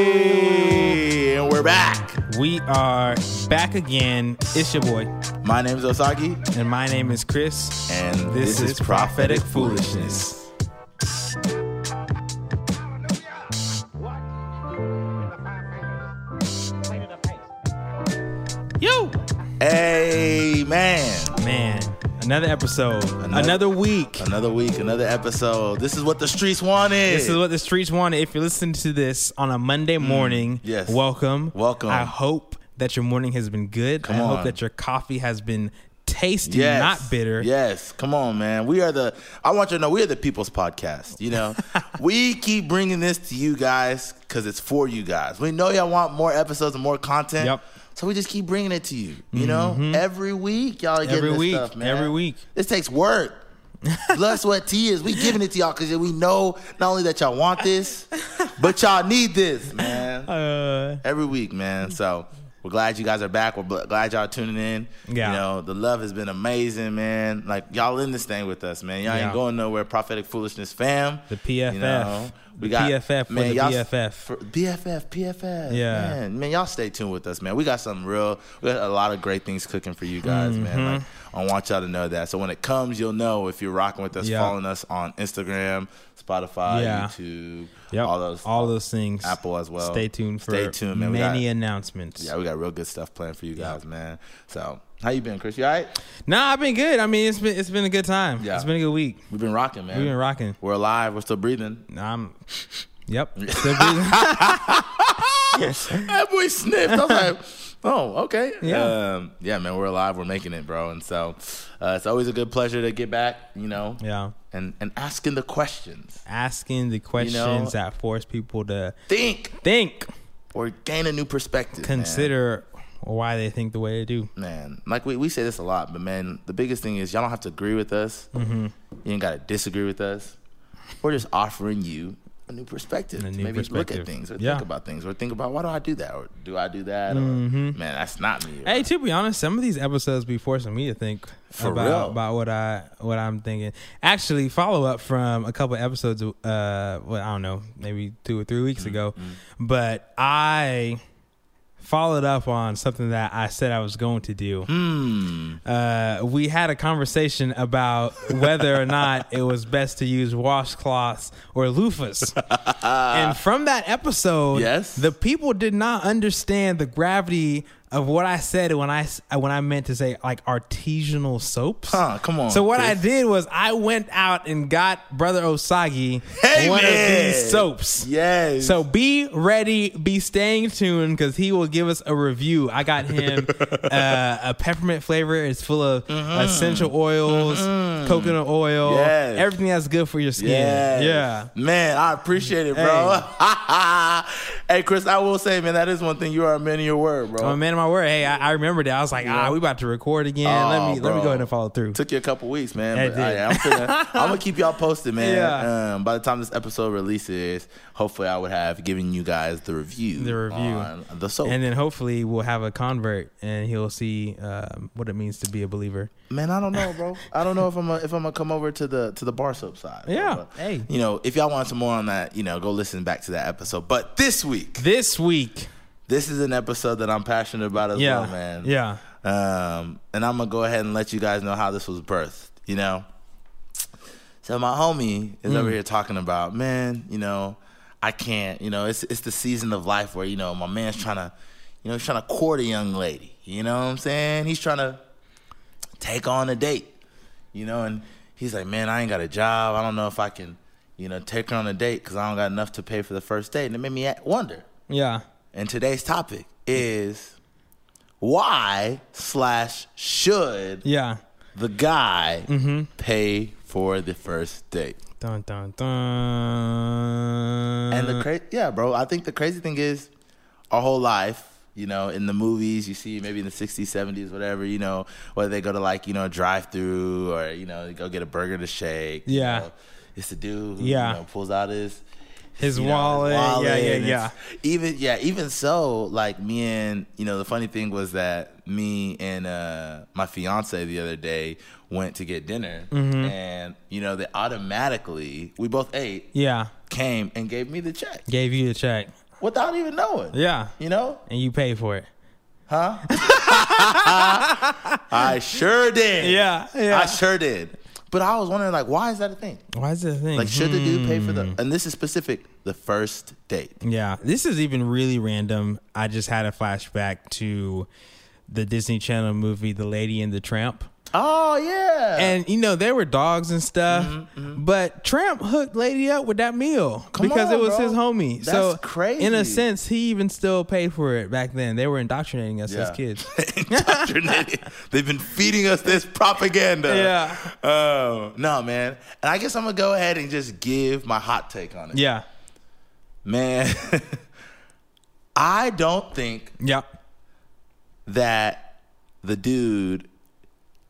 Hey, and we're back. We are back again. It's your boy, My name's Osagi, and my name is Chris. and this, is prophetic foolishness. Yo, Amen. man, another episode, another, Another- week. Another week, another episode. This is what the streets wanted. This is what the streets wanted. If you're listening to this on a Monday morning, Mm, yes. welcome, Welcome. I hope that your morning has been good. I on. hope that your coffee has been tasty, Yes. not bitter. Yes. Come on, man. We are the, I want you to know, we are the people's podcast. You know, we keep bringing this to you guys because it's for you guys. We know y'all want more episodes and more content. Yep. Mm-hmm. So we just keep bringing it to you. You know, every week, y'all are getting Every this week, stuff, man. every week. This takes work. Blood, sweat, tears. We giving it to y'all because we know not only that y'all want this, but y'all need this, man Uh, every week, man. So we're glad you guys are back. We're bl- glad y'all tuning in. Yeah. You know, the love has been amazing, man. Like y'all in this thing with us, man. Y'all Yeah. ain't going nowhere. Prophetic foolishness, fam. The PFF. we The got PFF for the y'all- BFF. for- BFF, PFF. Yeah. man. Man, y'all stay tuned with us, man. We got something real. We got a lot of great things cooking for you guys, Mm-hmm. man. Like, I want y'all to know that. So when it comes, you'll know if you're rocking with us, Yeah. following us on Instagram, Spotify, Yeah. YouTube, yep, all those, all those things. Apple as well. Stay tuned for Stay tuned, man. We many got- announcements. Yeah, we got real good stuff planned for you guys, man. So, how you been, Chris? You all right? Nah, I've been good. I mean, it's been it's been a good time. Yeah. It's been a good week. We've been rocking, man. We've been rocking. We're alive. We're still breathing. I'm. Yep. Still breathing. that boy sniffed. I was like, oh, okay. Yeah. Um, yeah, man, we're alive. We're making it, bro. And so, uh, it's always a good pleasure to get back, you know, yeah. and, and asking the questions. Asking the questions that force people to Think think, or gain a new perspective. man. consider why they think the way they do. man, like we, we say this a lot, but man, the biggest thing is y'all don't have to agree with us. Mm-hmm. You ain't got to disagree with us. We're just offering you a new perspective to A new maybe look perspective. at things or Yeah. think about things or think about why do I do that or do I do that or man, that's not me. Mm-hmm. Hey, to be honest, some of these episodes be forcing me to think For about real. about what I what I'm thinking. Actually, follow up from a couple episodes. Uh, well, I don't know, maybe two or three weeks Mm-hmm. ago, but I followed up on something that I said I was going to do. Hmm. Uh, we had a conversation about whether or not it was best to use washcloths or loofahs. and from that episode, Yes. the people did not understand the gravity of what I said when I s- when I meant to say like artisanal soaps. Huh, come on, So what I Chris. did was I went out and got brother Osagi Hey, one man. of these soaps. Yes. So be ready, be staying tuned because he will give us a review. I got him uh, a peppermint flavor. It's full of essential oils, coconut oil, Mm-hmm. Yes. everything that's good for your skin. Yes. Yeah. Man, I appreciate it, bro. Hey. Chris, I will say, man, that is one thing. You are a man of your word, bro. I'm a man of my word. Hey, I, I remembered that. I was like, ah, we about to record again. Oh, let me let bro. me go ahead and follow through. Took you a couple weeks, man. Yeah, but it I, did. am finna, I'm gonna keep y'all posted, man. Yeah. Um, by the time this episode releases, hopefully, I would have given you guys the review, The review. on the soap. and then hopefully we'll have a convert and he'll see um, what it means to be a believer. man, I don't know, bro. I don't know if I'm a, if I'm gonna come over to the to the bar soap side. bro, Yeah. but, Hey. you know, if y'all want some more on that, you know, go listen back to that episode. But this week, This week, this is an episode that I'm passionate about as yeah, well, man. yeah, Um, and I'm gonna go ahead and let you guys know how this was birthed. You know, so my homie is over here talking about, man, you know, I can't. You know, it's it's the season of life where you know my man's trying to, you know, he's trying to court a young lady. You know what I'm saying? He's trying to take on a date. You know, and he's like, man, I ain't got a job. I don't know if I can, you know, take her on a date because I don't got enough to pay for the first date. And it made me a- wonder. yeah. And today's topic is why slash should Yeah. the guy pay for the first date? Dun dun dun. And the cra- yeah, bro. I think the crazy thing is our whole life. You know, in the movies, you see maybe in the 60s, 70s, whatever, you know, whether they go to like, you know, a drive through or, you know, they go get a burger to shake. you Yeah. know. it's the dude who, Yeah. you know, pulls out his, His you know, wallet. wallet, Yeah, yeah, and yeah. it's- Even yeah, even so, like me and you know, the funny thing was that me and uh my fiance the other day went to get dinner Mm-hmm. and you know, they automatically we both ate, Yeah. came and gave me the check Gave you the check. without even knowing. Yeah. You know? And you paid for it. Huh? I sure did. Yeah, yeah. I sure did. But I was wondering like why is that a thing? Why is that a thing? Hmm. Like should the dude pay for the and this is specific, the first date. Yeah, this is even really random. I just had a flashback to the Disney Channel movie The Lady and the Tramp. Oh yeah. And you know, they were dogs and stuff, but Tramp hooked Lady up with that meal Mm-hmm, Come because it on, was bro. his homie. That's so crazy. In a sense, he even still paid for it back then. They were indoctrinating us as Yeah. kids. Indoctrinated. They've been feeding us this propaganda. Yeah. Oh no, man. And I guess I'm gonna go ahead and just give my hot take on it. yeah. Man, I don't think Yeah. that the dude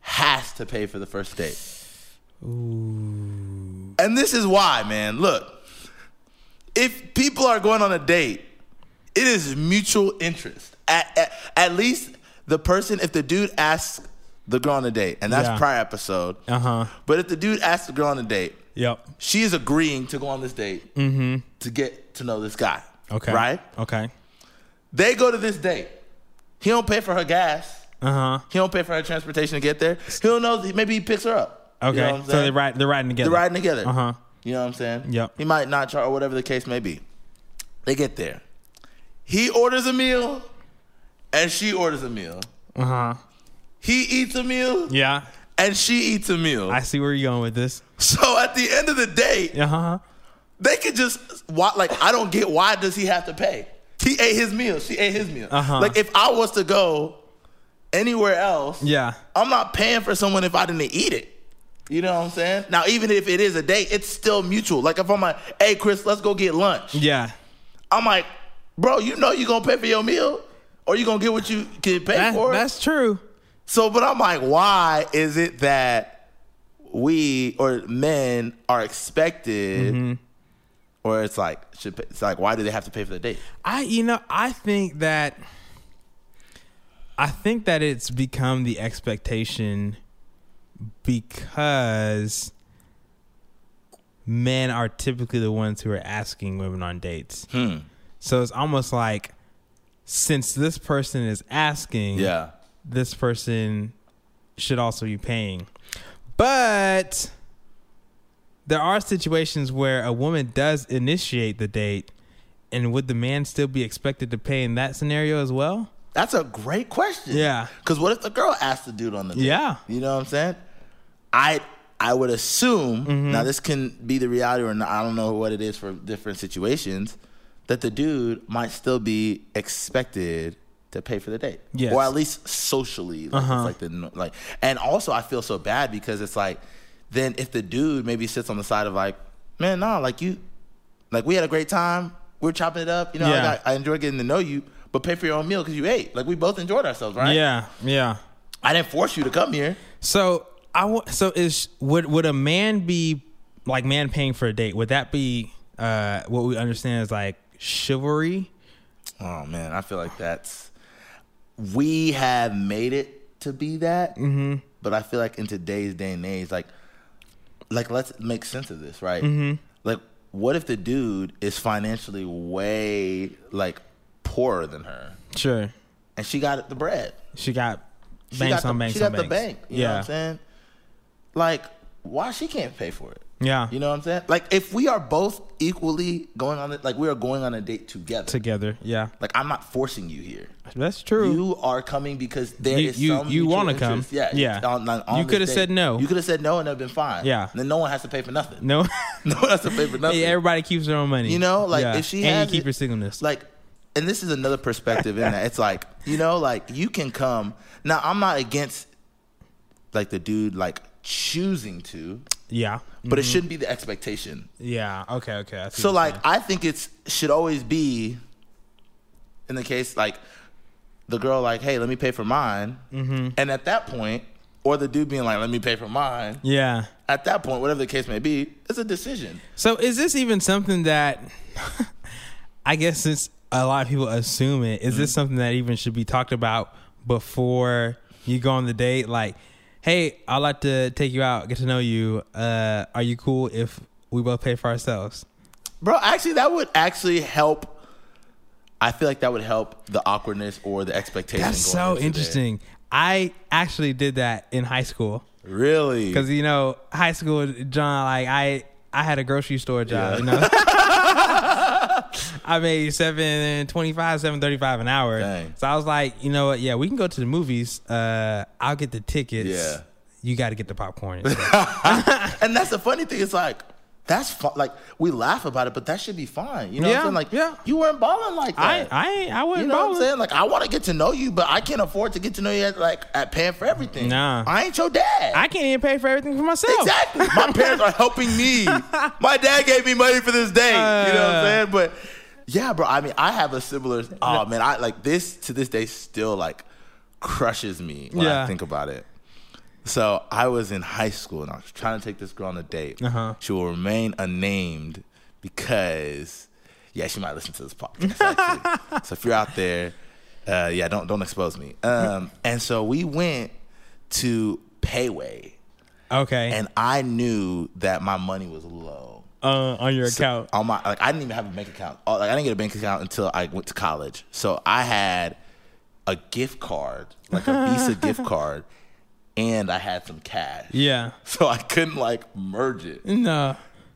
has to pay for the first date. Ooh. And this is why, man. Look, if people are going on a date, it is mutual interest. At, at, at least the person, if the dude asks the girl on a date, and that's Yeah. prior episode. Uh-huh. But if the dude asks the girl on a date, Yep. she is agreeing to go on this date to get to know this guy. Mm-hmm. Okay. Right? Okay. They go to this date. He don't pay for her gas. Uh-huh. He don't pay for her transportation to get there. He don't know. Maybe he picks her up. You Okay. know what I'm so saying? they're riding they're riding together. They're riding together. Uh-huh. You know what I'm saying? Yep. He might not charge or whatever the case may be. They get there. He orders a meal, and she orders a meal. Uh-huh. He eats a meal, Yeah. and she eats a meal. I see where you're going with this. so at the end of the day, Uh-huh. they could just why, like I don't get why does he have to pay? He ate his meal. She ate his meal. Uh-huh. Like if I was to go anywhere else, Yeah. I'm not paying for someone if I didn't eat it. You know what I'm saying? Now, even if it is a date, it's still mutual. Like if I'm like, hey Chris, let's go get lunch. Yeah. I'm like, bro, you know you gonna pay for your meal, or you gonna get what you can pay That- for. that's true. So, but I'm like, why is it that we or men are expected, Mm-hmm. or it's like, should pay, it's like, why do they have to pay for the date? I you know I think that I think that it's become the expectation because men are typically the ones who are asking women on dates. So it's almost like since this person is asking, Yeah, this person should also be paying. But there are situations where a woman does initiate the date, and would the man still be expected to pay in that scenario as well? that's a great question. Yeah. because what if the girl asked the dude on the date? Yeah. You know what I'm saying? I I would assume Mm-hmm. now this can be the reality or not. I don't know what it is for different situations that the dude might still be expected to pay for the date, Yes. Uh-huh. or at least socially, like, it's like the no- like. And also, I feel so bad because it's like then if the dude maybe sits on the side of like, man, nah, like you, like we had a great time, we are chopping it up, you know, I, Yeah. got, I enjoyed getting to know you. But pay for your own meal because you ate. Like we both enjoyed ourselves, right? Yeah. Yeah. I didn't force you to come here. So I w- so is would would a man be like man paying for a date? Would that be uh what we understand as like chivalry? Oh man, I feel like that's we have made it to be that, mm-hmm. but I feel like in today's day and age, like, like let's make sense of this, right? Mm-hmm. Like, what if the dude is financially way like poorer than her, Sure. and she got the bread, She got she banks got the, on banks she on got the bank, banks. you know what I'm saying? Like, why she can't pay for it? Yeah. You know what I'm saying? Like, if we are both equally going on it, like we are going on a date together. Together. Yeah. like I'm not forcing you here. That's true. You are coming because there You- is you- some you mutual wanna come. interest. Yeah, Yeah. on- on- on You this coulda date. said no. You could have said no, and it'd been fine. Yeah. then no one has to pay for nothing. No, No one has to pay for nothing. Hey, everybody keeps their own money. You know, like, if she and has you keep it- your singleness. like, and this is another perspective in that it's like you know, like you can come. Now I'm not against like the dude like choosing to, yeah, Mm, but it shouldn't be the expectation. yeah. Okay, okay. I see So what like I think it's should always be in the case like the girl like, hey, let Mm-hmm. me pay for mine, and at that point, or the dude being like, let me pay for mine. you're saying. yeah, at that point, whatever the case may be, it's a decision. So is this even something that I guess since a lot of people assume it, is Mm. this something that even should be talked about before you go on the date? Like, hey, I'd like to take you out, get to know you. Uh, are you cool if we both pay for ourselves? Bro, actually, that would actually help. I feel like that would help the awkwardness or the expectation. That's going so into interesting. I actually did that in high school. There. Really? Cause you know, high school, John, like I, I had a grocery store Yeah. job. You know, I made seven twenty-five, seven thirty-five an hour. Dang. So I was like, you know what? Yeah, we can go to the movies. Uh, I'll get the tickets. Yeah. you got to get the popcorn. and that's the funny thing. It's like that's fu- like we laugh about it, but that should be fine. You know what Yeah, I'm saying? Like yeah. you weren't balling like I, that. I, ain't- I wasn't you know what I'm balling. saying? Like I want to get to know you, but I can't afford to get to know you at, like at paying for everything. Nah. I ain't your dad. I can't even pay for everything for myself. Exactly. My parents are helping me. My dad gave me money for this day. you know what Uh. I'm saying? But yeah, bro. I mean, I have a similar. Oh man, I like this to this day still like crushes me when Yeah. I think about it. So I was in high school and I was trying to take this girl on a date. Uh-huh. She will remain unnamed because yeah, she might listen to this podcast. actually. so if you're out there, uh, yeah, don't don't expose me. Um, and so we went to Payway Okay. and I knew that my money was low. uh, on your So, account. on my like I didn't even have a bank account. Oh, Like I didn't get a bank account until I went to college. So I had a gift card, like a Visa gift card, and I had some cash. Yeah. So I couldn't like merge it. No.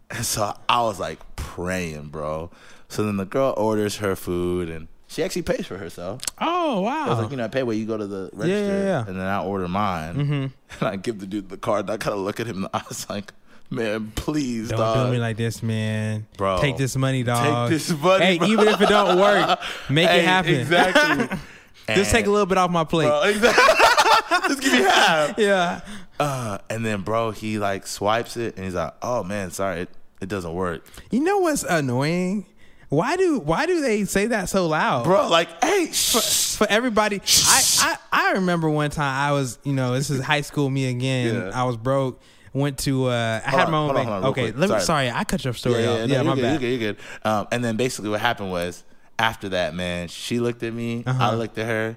And so I was like praying, bro. So then the girl orders her food and she actually pays for herself. Oh wow. I was like, you know, I pay where you go to the register, yeah. Mm-hmm. and then I order mine, and I give the dude the card. And I kind of look at him, and I was like, "Man, please, Don't dog." do me like this, man. Bro. take this money, dog. this money, Hey, bro. even if it don't work, make Hey, it happen. Exactly. Just take a little bit off my plate. Bro, exactly. Just give me half. Yeah. Uh, and then, bro, he like swipes it, and he's like, "Oh man, sorry, it, it doesn't work, You know what's annoying? Why do why do they say that so loud? bro." Like, hey, shh. For everybody, I, I I remember one time I was you know this is high school me again. Yeah. I was broke. Went to uh, I Hold had on, my own hold on, bank. hold on, real okay, quick. let me. Sorry. Sorry, I cut your story off. Yeah, no, my you're bad. good, You're good, you're good. Um, and then basically what happened was after that, man, she looked at me, Uh-huh. I looked at her,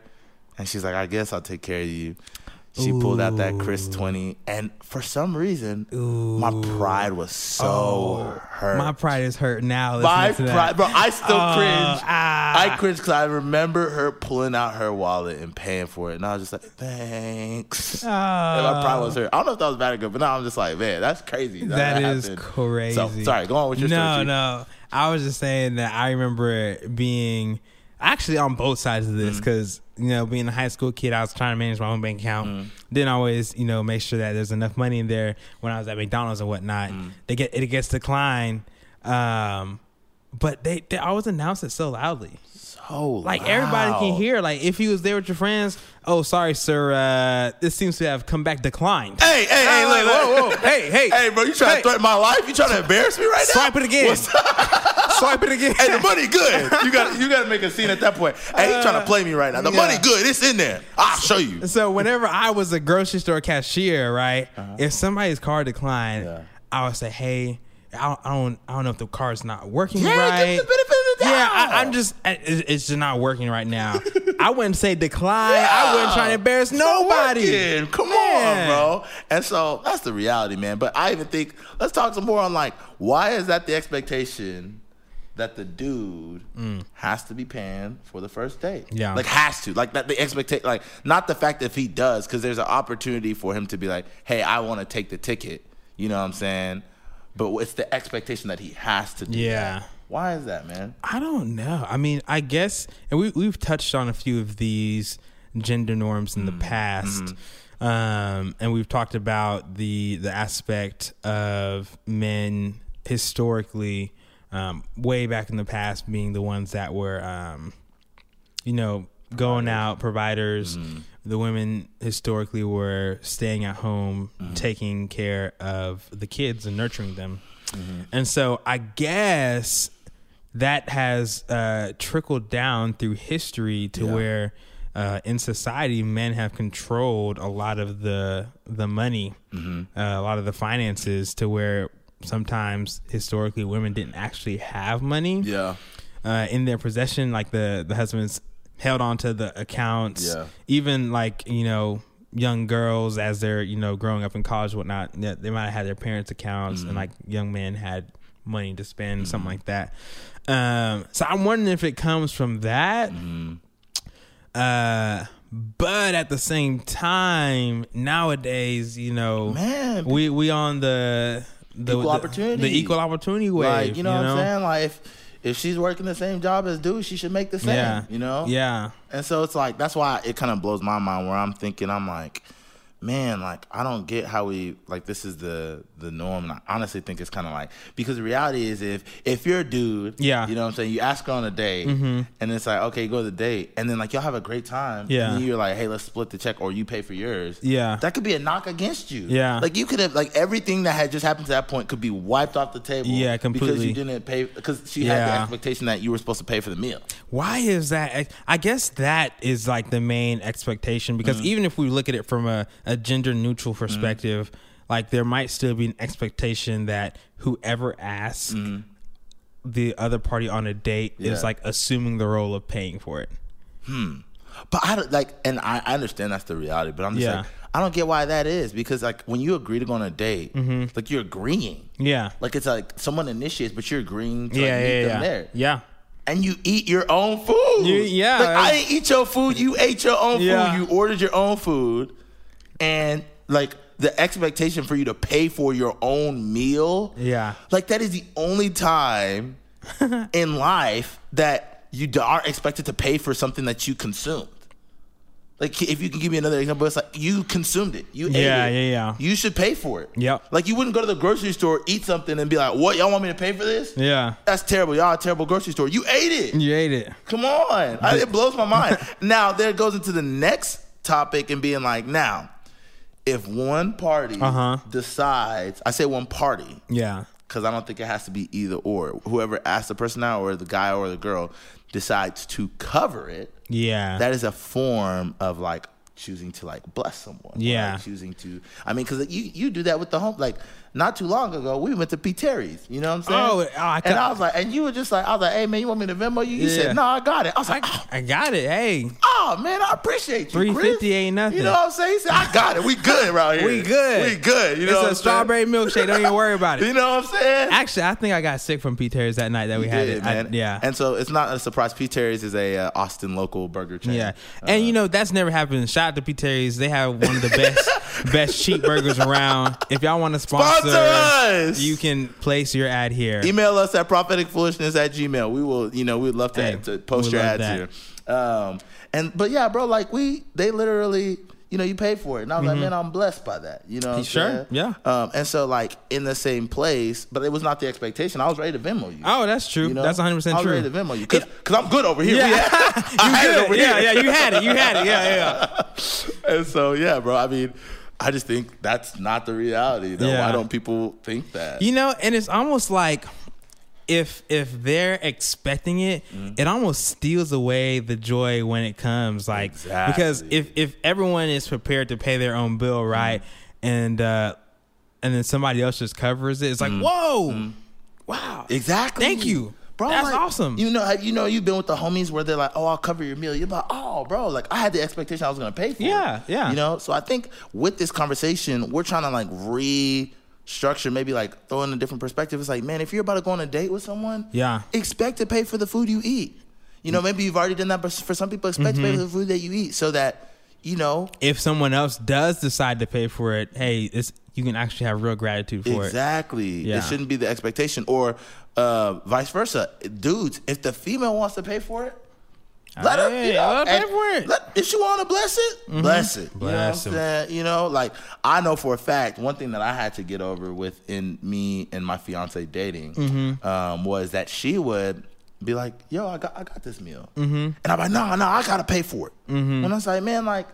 and she's like, "I guess I'll take care of you." She pulled out that Chris twenty, and for some reason, my pride was so hurt. Oh, My pride is hurt now. My listening to that. pride, bro. I still Uh, cringe. ah. I cringe because I remember her pulling out her wallet and paying for it, and I was just like, "Thanks." and my pride was hurt. I don't know if that was bad or good, but now I'm just like, man, that's crazy. that is happened." crazy. So, sorry, go on with your no, story. Chief. no. I was just saying that I remember being actually on both sides of Mm. this because you know being a high school kid, I was trying to manage my own bank account. Mm. Didn't always you know make sure that there's enough money in there when I was at McDonald's and whatnot. Mm. They get it gets declined, um, but they they always announce it so loudly. So Like everybody can loud. hear. Like if you was there with your friends, oh sorry sir, uh, this seems to have come back declined. Hey, hey, hey, Hey, look, whoa, look. whoa. Hey, Oh, hey. Hey, bro, you trying Hey. to threaten my life? You trying to embarrass me right now? Swipe it again. What's up? Swipe it again. Hey, the money good. You got you got to make a scene at that point. Hey, he trying to play me right now. The Uh, yeah. money good. It's in there. I'll show you. So whenever I was a grocery store cashier, right, if somebody's car declined, Uh-huh. Yeah. I would say, "Hey, I don't, I don't, I don't know if the car's not working Yeah, right." give him the benefit of the doubt. Yeah, I, I'm just, I- it- it's just not working right now. I wouldn't say decline. I wouldn't try to embarrass It's not nobody. working. Come Man. on, bro. And so that's the reality, man. But I even think let's talk some more on like why is that the expectation that the dude has to be paying for the first date? Mm. Yeah. like has to like that the expectation like not the fact that if he does because there's an opportunity for him to be like, hey, I want to take the ticket. You know what I'm saying? But it's the expectation that he has to do. Yeah. that. Why is that, man? I don't know. I mean, I guess, and we we've touched on a few of these gender norms in the past, um, and we've talked about the the aspect of men historically, um, way back in the past, being the ones that were, um, you know, going out providers. The women historically were staying at home, taking care of the kids and nurturing them. And so I guess that has uh, trickled down through history to where uh, in society, men have controlled a lot of the the money, uh, a lot of the finances, to where sometimes historically women didn't actually have money Yeah. uh, in their possession. Like the the husbands held onto the accounts. Yeah. Even like you know young girls as they're you know growing up in college and whatnot, they they might have had their parents' accounts, Mm-hmm. and like young men had money to spend, something like that. Um, so I'm wondering if it comes from that. Mm-hmm. Uh, but at the same time, nowadays, you know, Man, we we on the the Equal the- opportunity. the equal opportunity wave. Like, you know, what I'm saying? Like if if she's working the same job as dude, she should make the same. Yeah. You know? Yeah. And so it's like that's why it kind of blows my mind where I'm thinking I'm like, man, like I don't get how we like this is the the norm. And I honestly think it's kind of like because the reality is if if you're a dude, Yeah. Mm-hmm. you know what I'm saying. You ask her on a date, and it's like okay, go to the date, and then like y'all have a great time. Yeah. and then you're like, hey, let's split the check, or you pay for yours. Yeah. That could be a knock against you. Yeah. Like you could have like everything that had just happened to that point could be wiped off the table. Yeah, Because completely. you didn't pay because she had the Yeah. expectation that you were supposed to pay for the meal. Why is that? I guess that is like the main expectation because Mm. even if we look at it from a, a gender neutral perspective, like there might still be an expectation that whoever asks the other party on a date Mm-hmm. Yeah. is like assuming the role of paying for it. But I don't like, and I, I understand that's the reality. But I'm just Yeah. like, I don't get why that is because like when you agree to go on a date, Mm-hmm. like you're agreeing. Yeah. Like it's like someone initiates, but you're agreeing to like, yeah, meet yeah, them yeah. there, Yeah. and you eat your own food. You- yeah. like I didn't eat your food. You ate your own Yeah. food. You ordered your own food, and like the expectation for you to pay for your own meal. Yeah. like that is the only time in life that you d- are expected to pay for something that you consumed. Like if you can give me another example, it's like you consumed it. You ate Yeah, it. yeah, yeah. You should pay for it. Yep. Like you wouldn't go to the grocery store, eat something, and be like, "What? Y'all want me to pay for this? Yeah. That's terrible. Y'all a terrible grocery store. You ate it. You ate it. Come on. I, it blows my mind. now, there goes into the next topic and being like, now, if one party Uh-huh. decides, I say one party, Yeah. because I don't think it has to be either or. Whoever asked the person out, or the guy or the girl, decides to cover it, Yeah. that is a form of like choosing to like bless someone. or, Yeah. like, choosing to, I mean, because you, you do that with the home. Like, not too long ago, we went to P. Terry's. You know what I'm saying? Oh, I and ca- I was like, and you were just like, I was like, hey, man, you want me to Venmo you? You Yeah. said, no, I got it. I was like, oh, I got it. Hey, oh, man, I appreciate you. 350 Chris. ain't nothing. You know what I'm saying? He said, I got it. We good right here. We good. We good. You know it's what a I'm saying? strawberry milkshake. Don't even worry about You it. know what I'm saying? Actually, I think I got sick from P. Terry's that night that we You had did, it. I- man. yeah. And so it's not a surprise. P. Terry's is a uh, Austin local burger chain. Yeah, and you know that's never happened. Shout out to P. Terry's; they have one of the best best cheap burgers around. If y'all want to sponsor, Sponsor us! you can place your ad here. Email us at propheticfoolishness at gmail. We will, you know, we'd love to, Hey, to post we your love ads here. Um, and but yeah, bro, like we, they literally, you know, you pay for it, and I was like, man, I'm blessed by that. You know, what I'm Mm-hmm. Sure, saying? yeah. Um, and so like in the same place, but it was not the expectation. I was ready to Venmo you. Oh, that's true. you know? That's 100 I percent was true. ready to Venmo you because I'm good over here. Yeah. We had- I had it Good. over here. yeah, yeah, you had it. You had it. Yeah, yeah. and so yeah, bro. I mean, I just think that's not the reality. Though. Yeah. Why don't people think that? You know, and it's almost like if if they're expecting it, Mm-hmm. it almost steals away the joy when it comes. Like Exactly. Mm-hmm. because if if everyone is prepared to pay their own bill, right, and uh and then somebody else just covers it, it's Mm-hmm. like, whoa, wow, Exactly. Thank you. That's like, awesome. You know, you know, you've been with the homies where they're like, "Oh, I'll cover your meal." You're like, "Oh, bro, like I had the expectation I was gonna pay for." it." Yeah, yeah. You know, so I think with this conversation, we're trying to like restructure, maybe like throw in a different perspective. It's like, man, if you're about to go on a date with someone, Yeah. Mm. expect to pay for the food you eat. You know, maybe you've already done that, but for some people, expect to pay Mm-hmm. for the food that you eat, so that you know if someone else does decide to pay for it, hey, it's you can actually have real gratitude for it. Exactly. Yeah. It shouldn't be the expectation, or uh, vice versa. Dudes, if the female wants to pay for it, let her. Hey, You know, let her pay and for it. Mm-hmm. let- if she want to bless it, bless it. Bless you it. know what I'm saying? You know, like I know for a fact one thing that I had to get over with in me and my fiance dating Mm-hmm. um, was that she would. Be like, Mm-hmm. yo, I got, I got this meal, mm-hmm. and I'm like, no, no, I gotta pay for it. And I was like, man, like,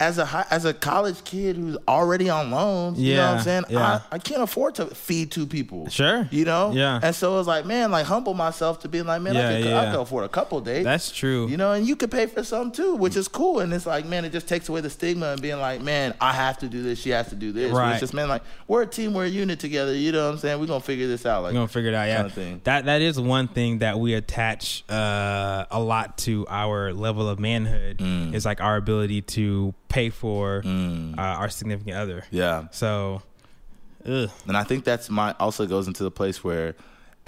as a high, as a college kid who's already on loans, you know what Yeah, I'm saying? yeah. I, I can't afford to feed two people. Sure. You know? Yeah. And so it was like, man, like humble myself to being like, man, Yeah, I, could, yeah, I yeah. could afford a couple dates. That's true. You know, and you could pay for some too, which is cool. And it's like, man, it just takes away the stigma and being like, man, I have to do this, she has to do this. Right. It's just, man, like, we're a team, we're a unit together. You know what I'm saying? We're going to figure this out. Like, We're gonna figure it out. Yeah, Kinda thing. that that is one thing that we attach uh, a lot to our level of manhood. Mm. Is like our ability to pay for uh, our significant other. yeah. So, ugh. And I think that's my also goes into the place where,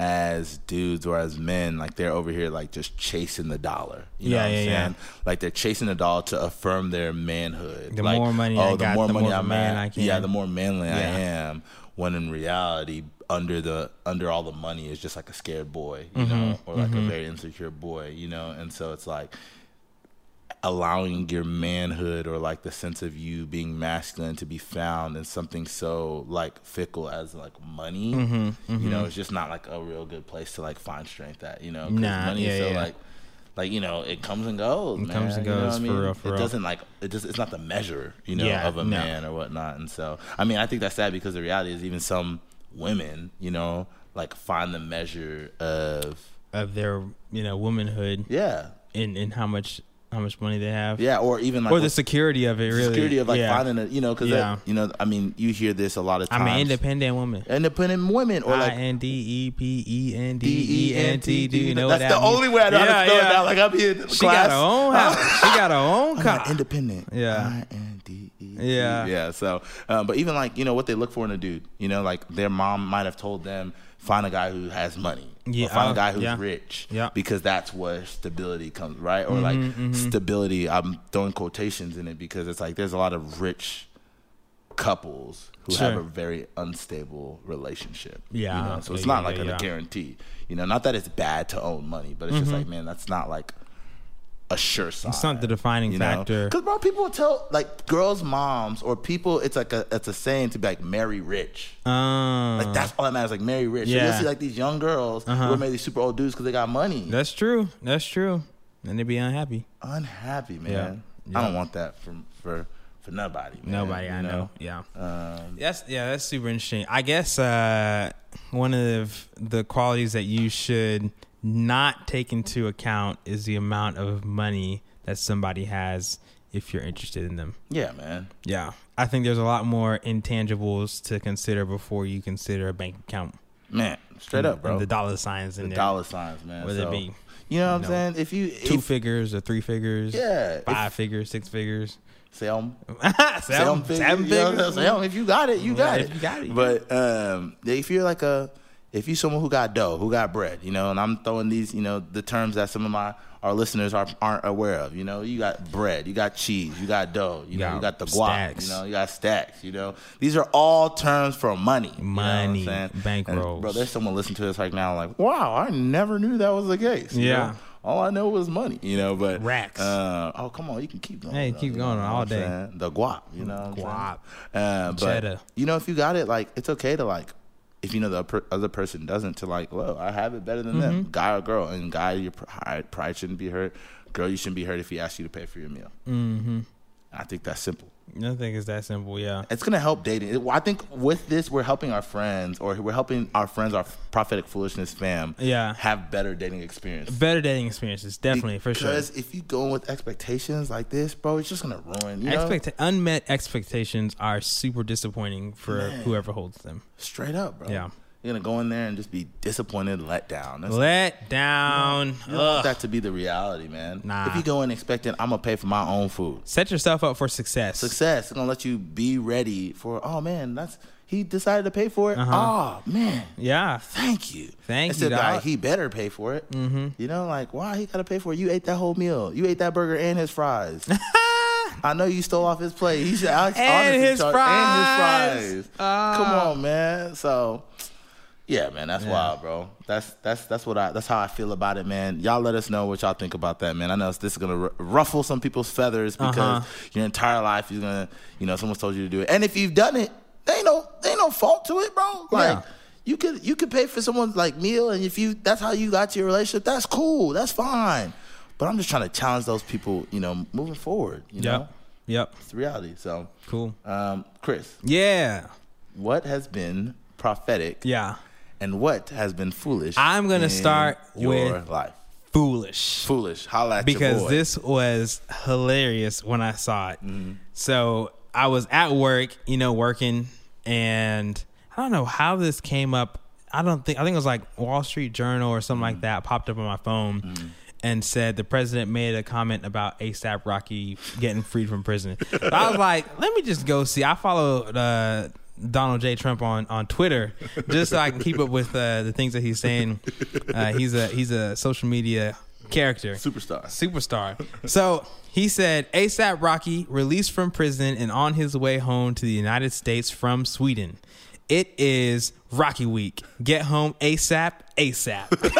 as dudes or as men, like they're over here like just chasing the dollar. You Yeah, know what yeah, I'm yeah. saying? Like they're chasing the dollar to affirm their manhood. The Like, oh, more money I got, the more of a man at. I can. Yeah, the more manly I Yeah. am. When in reality, under the under all the money is just like a scared boy, you Mm-hmm. know, or like a very insecure boy, you know. And so it's like allowing your manhood or like the sense of you being masculine to be found in something so like fickle as like money Mm-hmm, you know it's just not like a real good place to like find strength at you know 'cause Nah, money yeah, is so yeah. like like you know it comes and goes it comes and goes, for real, for it real. doesn't like it just it's not the measure you know Yeah, of a no. man or whatnot and so i mean i think that's sad because the reality is even some women you know like find the measure of of their you know womanhood yeah in in how much how much money they have. yeah or even like Or the security of it, really. security of like Yeah. finding a you know because Yeah. you know I mean you hear this a lot of times. I'm an independent woman. independent women or I like N D E P E N D E N D-E-N-T. T. Do you know that's what the that means? only way I know how Yeah, to spell yeah. it now. Like I'm here in the She class. got her own house. she got her own I'm not car. independent. Yeah. I N D E. Yeah. Yeah. So, um, but even like you know what they look for in a dude. You know, like their mom might have told them find a guy who has money. or Yeah, find uh, a guy who's yeah. rich. Yeah. Mm-hmm, Because that's where stability comes, right? Or like stability. I'm throwing quotations in it because it's like there's a lot of rich couples who have Sure. a very unstable relationship. Yeah. You know? So it's Yeah, not yeah, like yeah. Mm-hmm. a guarantee. You know, not that it's bad to own money, but it's just like, man, that's not like a sure sign. It's not the defining factor. Because bro, people tell like girls' moms or people, it's like a it's a saying to be like marry rich. Um, Like that's all that matters. Like marry rich. So Yeah. Uh-huh. you'll see like these young girls who are maybe these super old dudes because they got money. that's true. That's true. And they'd be unhappy. Unhappy man. Yeah. I Yeah. don't want that for for for nobody. Man, Nobody you Um, I know. Yeah. that's yeah, that's super interesting. I guess uh, one of the qualities that you should not take into account is the amount of money that somebody has if you're interested in them. Yeah, man. Yeah. I think there's a lot more intangibles to consider before you consider a bank account. Man, straight up, bro. And the dollar signs in The there. dollar signs, man. Whether it So, be, you know what I'm you know, saying? If you Two if, figures or three figures. yeah, Five figures, six figures. if, say um, I'm seven, Sam, seven Fig- figures. you know what I'm saying? Sam, if you got it, you got Yeah, it. if you got it, you But um, if you're like a, if you're someone who got dough, who got bread, you know, and I'm throwing these, you know, the terms that some of my our listeners are aren't aware of. You know, you got bread, you got cheese, you got dough, you, know, got you got the guac, stacks. you know, you got stacks. You know, these are all terms for money, you know what I'm Money, saying? bankrolls. And, bro. There's someone listening to us right now, like, wow, I never knew that was the case. you Yeah. know? All I know was money, you know, but Racks. Uh, oh, come on, you can keep going. Hey, though, keep you going know all what I'm day. saying? The guap, you know, what I'm saying? Guap. Uh, but Cheddar. you know, if you got it, like it's okay to like, if you know the per- other person doesn't, to like, well, I have it better than Mm-hmm. them, guy or girl. And guy, your pride, pride shouldn't be hurt. Girl, you shouldn't be hurt if he asks you to pay for your meal. Mm-hmm. I think that's simple. I think it's Mm-hmm. that simple, yeah. It's gonna help dating. It- I think with this, we're helping our friends, or we're helping our friends, our prophetic foolishness fam, Yeah. have better dating experience. Better dating experiences, definitely, for sure. Because if you go in with expectations like this, bro, it's just gonna ruin. You know? Expect- unmet expectations are super disappointing for whoever holds them. Straight up, bro. Yeah. You're gonna go in there and just be disappointed, let down. That's, Let down. you don't want Ugh. that to be the reality, man. Nah. If you go in expecting I'm gonna pay for my own food. Set yourself up for success. Success is gonna let you be ready for oh man, that's he decided to pay for it. Oh man. Yeah. Thank you. Uh-huh. Thank Instead you, of, dog. Mm-hmm. "Ah, he better pay for it. You know, like why he gotta pay for it? You ate that whole meal. You ate that burger and his fries. I know you stole off his plate. He should Alex And honestly his charge- and fries. Uh. his fries. Come on, man. So yeah, man, that's wild, bro. That's that's that's what I that's how I feel about it, man. Y'all let us know what y'all think about that, man. I know this is gonna r- ruffle some people's feathers because Uh-huh. your entire life you're gonna, you know, someone's told you to do it, and if you've done it, they ain't no they ain't no fault to it, bro. Like Yeah. you could you could pay for someone's like meal, and if you that's how you got to your relationship, that's cool, that's fine. But I'm just trying to challenge those people, you know, moving forward. You Yep. know, Yep. It's the reality. So, Cool. um, Chris, Yeah. what has been prophetic Yeah. and what has been foolish? I'm gonna in start your with- life. Foolish. Foolish. Holla at your because boy. this was hilarious when I saw it. So I was at work, you know, working, and I don't know how this came up. I don't think I think it was like Wall Street Journal or something like that popped up on my phone and said the president made a comment about ASAP Rocky getting freed from prison. So I was like, let me just go see. I follow uh, Donald J. Trump on, on Twitter just so I can keep up with uh, the things that he's saying. Uh, he's a he's a social media character superstar. superstar. So he said, ASAP Rocky released from prison and on his way home to the United States from Sweden. It is Rocky Week. Get home ASAP, ASAP.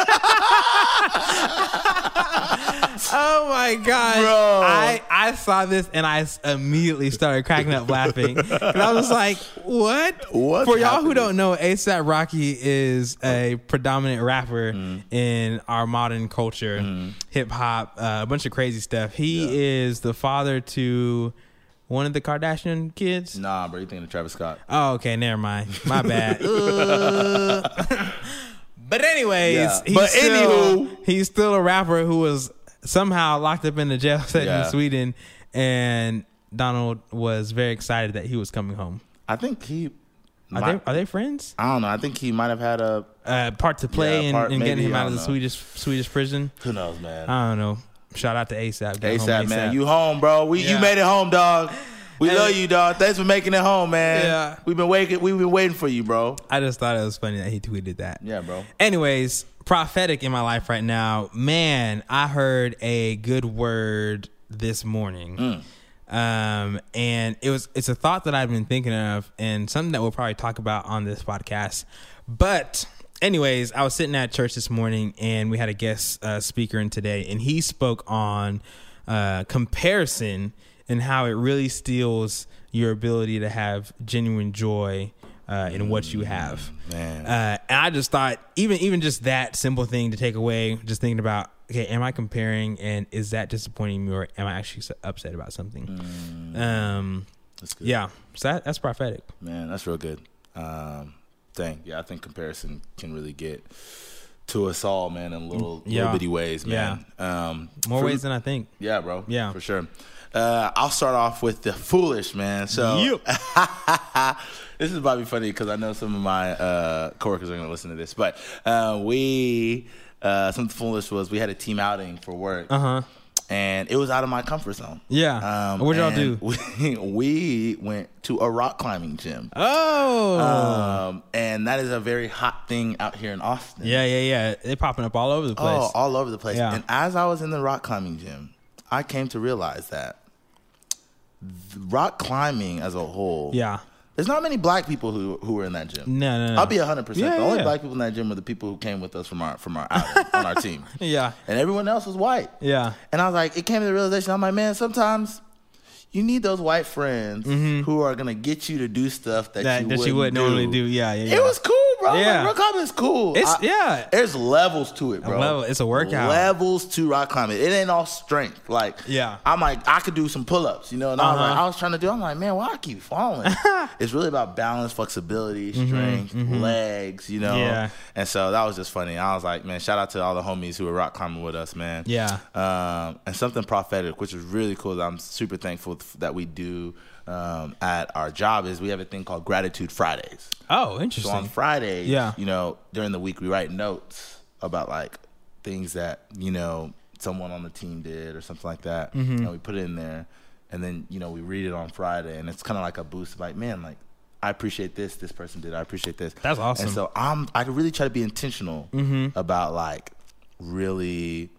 oh my gosh. Bro. I, I saw this and I s- immediately started cracking up laughing. And I was like, what? What's For y'all who happening? don't know, ASAP Rocky is a predominant rapper Mm. in our modern culture, hip hop, uh, a bunch of crazy stuff. He is the father to one of the Kardashian kids. Nah, bro, you thinking of Travis Scott? Oh, okay, never mind. My bad. Uh. but anyways, Yeah. he's But still, anywho. he's still a rapper who was somehow locked up in the jail set Yeah. in Sweden, and Donald was very excited that he was coming home. I think he. Are might- they are they friends? I don't know. I think he might have had a. Uh, part to play Yeah, in, part- in getting maybe, him I out of don't the know. Swedish Swedish prison. Who knows, man? I don't know. Shout out to ASAP. Get home ASAP, man. You home, bro. We you Yeah. made it home, dog. We Hey. love you, dog. Thanks for making it home, man. Yeah. We've been waiting we've been waiting for you, bro. I just thought it was funny that he tweeted that. Yeah, bro. Anyways, prophetic in my life right now. Man, I heard a good word this morning. Um, and it was it's a thought that I've been thinking of and something that we'll probably talk about on this podcast. But anyways, I was sitting at church this morning and we had a guest uh, speaker in today and he spoke on uh, comparison and how it really steals your ability to have genuine joy uh, in what you have. Man. Uh, and I just thought, even even just that simple thing to take away, just thinking about, okay, am I comparing, and is that disappointing me, or am I actually s- upset about something? Mm. Um, That's good. yeah, so that, that's prophetic. Man, that's real good. Um dang. Yeah, I think comparison can really get to us all, man, in little Yeah. little bitty ways, man. Um More for- ways than I think. Yeah, bro. Yeah. For sure. Uh, I'll start off with the foolish man. So this is probably funny because I know some of my uh, coworkers are going to listen to this, but uh, we uh, something foolish was we had a team outing for work, Uh huh. and it was out of my comfort zone. Yeah. Um, What'd y'all and do? We, we went to a rock climbing gym, Oh, um, and that is a very hot thing out here in Austin. yeah, yeah, yeah. They're popping up all over the place. Oh, all over the place. Yeah. And as I was in the rock climbing gym, I came to realize that th- rock climbing as a whole, yeah. there's not many black people who who were in that gym. No, no, no. I'll be hundred percent. Yeah, The only yeah. black people in that gym were the people who came with us from our from our outing, on our team, Yeah, and everyone else was white. yeah, And I was like, it came to the realization. I'm like, man, sometimes. You need those white friends who are gonna get you to do stuff that, Mm-hmm. you, that that wouldn't you would do. normally do. Yeah, yeah. yeah. It was cool, bro. Yeah. Like, rock climbing's cool. It's I- yeah. there's levels to it, bro. level- it's a workout. Levels to rock climbing. It ain't all strength. Like, Yeah. I'm like, I could do some pull ups, you know. And I was Uh-huh. like, I was trying to do. I'm like, man, why I keep falling? it's really about balance, flexibility, strength, legs, you know. Mm-hmm, Yeah. And so that was just funny. I was like, man, shout out to all the homies who were rock climbing with us, man. Yeah. Um, and something prophetic, which is really cool. That I'm super thankful that we do um, at our job is we have a thing called Gratitude Fridays. Oh, So on interesting. Fridays, Yeah. you know, during the week we write notes about like things that, you know, someone on the team did or something like that. Mm-hmm. And we put it in there and then, you know, we read it on Friday and it's kinda like a boost of like, man, like I appreciate this, this person did, I appreciate this. That's awesome. And so I'm I really try to be intentional Mm-hmm. about like really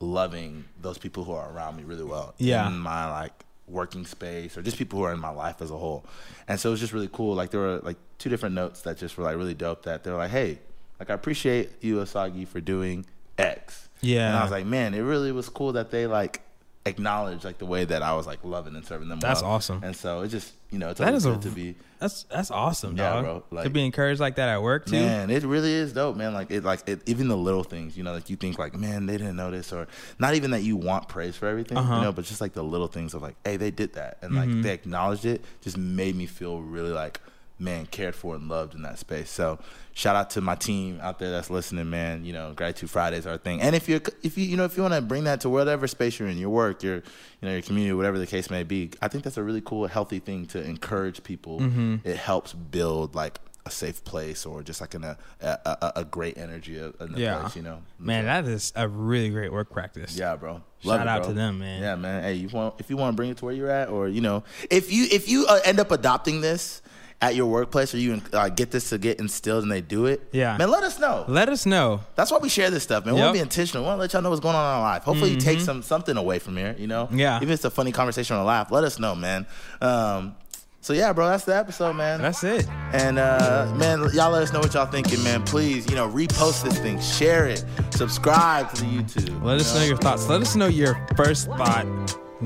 loving those people who are around me really well. Yeah. In my like working space or just people who are in my life as a whole. And so it was just really cool. Like there were like two different notes that just were like really dope that they're like, Hey, like I appreciate you, Asagi, for doing X. Yeah. And I was like, Man, it really was cool that they like acknowledge like the way that I was like loving and serving them. That's well. awesome. And so it just you know it's That always is a- good to be That's that's awesome, Yeah, dog. bro, like- to be encouraged like that at work too. Man, it really is dope, man. Like it, like it, even the little things, you know, like you think like, man, they didn't notice, or not even that you want praise for everything, Uh-huh. Mm-hmm. you know, but just like the little things of like, hey, they did that, and like they acknowledged it, just made me feel really like, man, cared for and loved in that space. So, shout out to my team out there that's listening, man. You know, gratitude Fridays are a thing, and if you're, if you, you know, if you want to bring that to whatever space you're in, your work, your, you know, your community, whatever the case may be, I think that's a really cool, healthy thing to encourage people. Mm-hmm. It helps build like a safe place or just like in a a, a, a great energy of- in the Yeah. place, you know. Man, that is a really great work practice. yeah, bro. Shout it, out bro. to them, man. Yeah, man. Hey, you want if you want to bring it to where you're at, or you know, if you if you uh, end up adopting this at your workplace, or you uh, get this to get instilled and they do it, Yeah. man. Let us know. Let us know. That's why we share this stuff, man. We Yep. Mm-hmm. want to be intentional. We want to let y'all know what's going on in our life. Hopefully, you take some something away from here. You know, Yeah. Even if it's a funny conversation or a laugh, let us know, man. Um, so yeah, bro, that's the episode, man. That's it. And uh, man, y'all let us know what y'all thinking, man. Please, you know, repost this thing, share it, subscribe to the YouTube. Let us know your thoughts. Let us know your first thought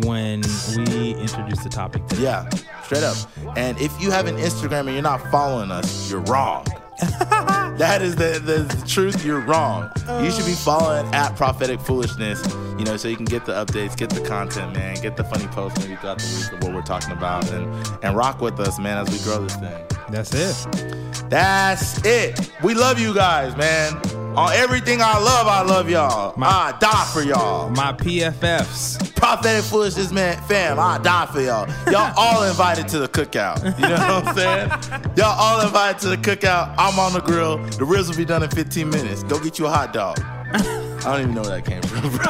when we introduce the topic today. Yeah, straight up. And if you have an Instagram and you're not following us, you're wrong. that is the, the truth. You're wrong. You should be following at Prophetic Foolishness, you know, so you can get the updates, get the content, man, get the funny posts maybe throughout the week of what we're talking about, and and rock with us, man, as we grow this thing. That's it. That's it. We love you guys, man. On everything I love, I love y'all. My- I die for y'all. My PFFs. Prophetic foolishness, man, fam. I die for y'all. Y'all all invited to the cookout. You know what I'm saying? Y'all all invited to the cookout. I'm on the grill. The ribs will be done in 15 minutes. Go get you a hot dog. I don't even know where that came from, bro.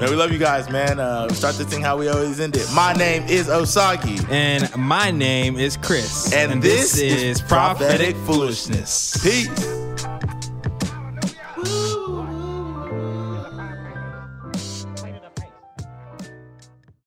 Man, we love you guys, man. Uh, start this thing how we always end it. My name is Osagi, And my name is Chris. and, this, is prophetic Foolishness. foolishness. Peace.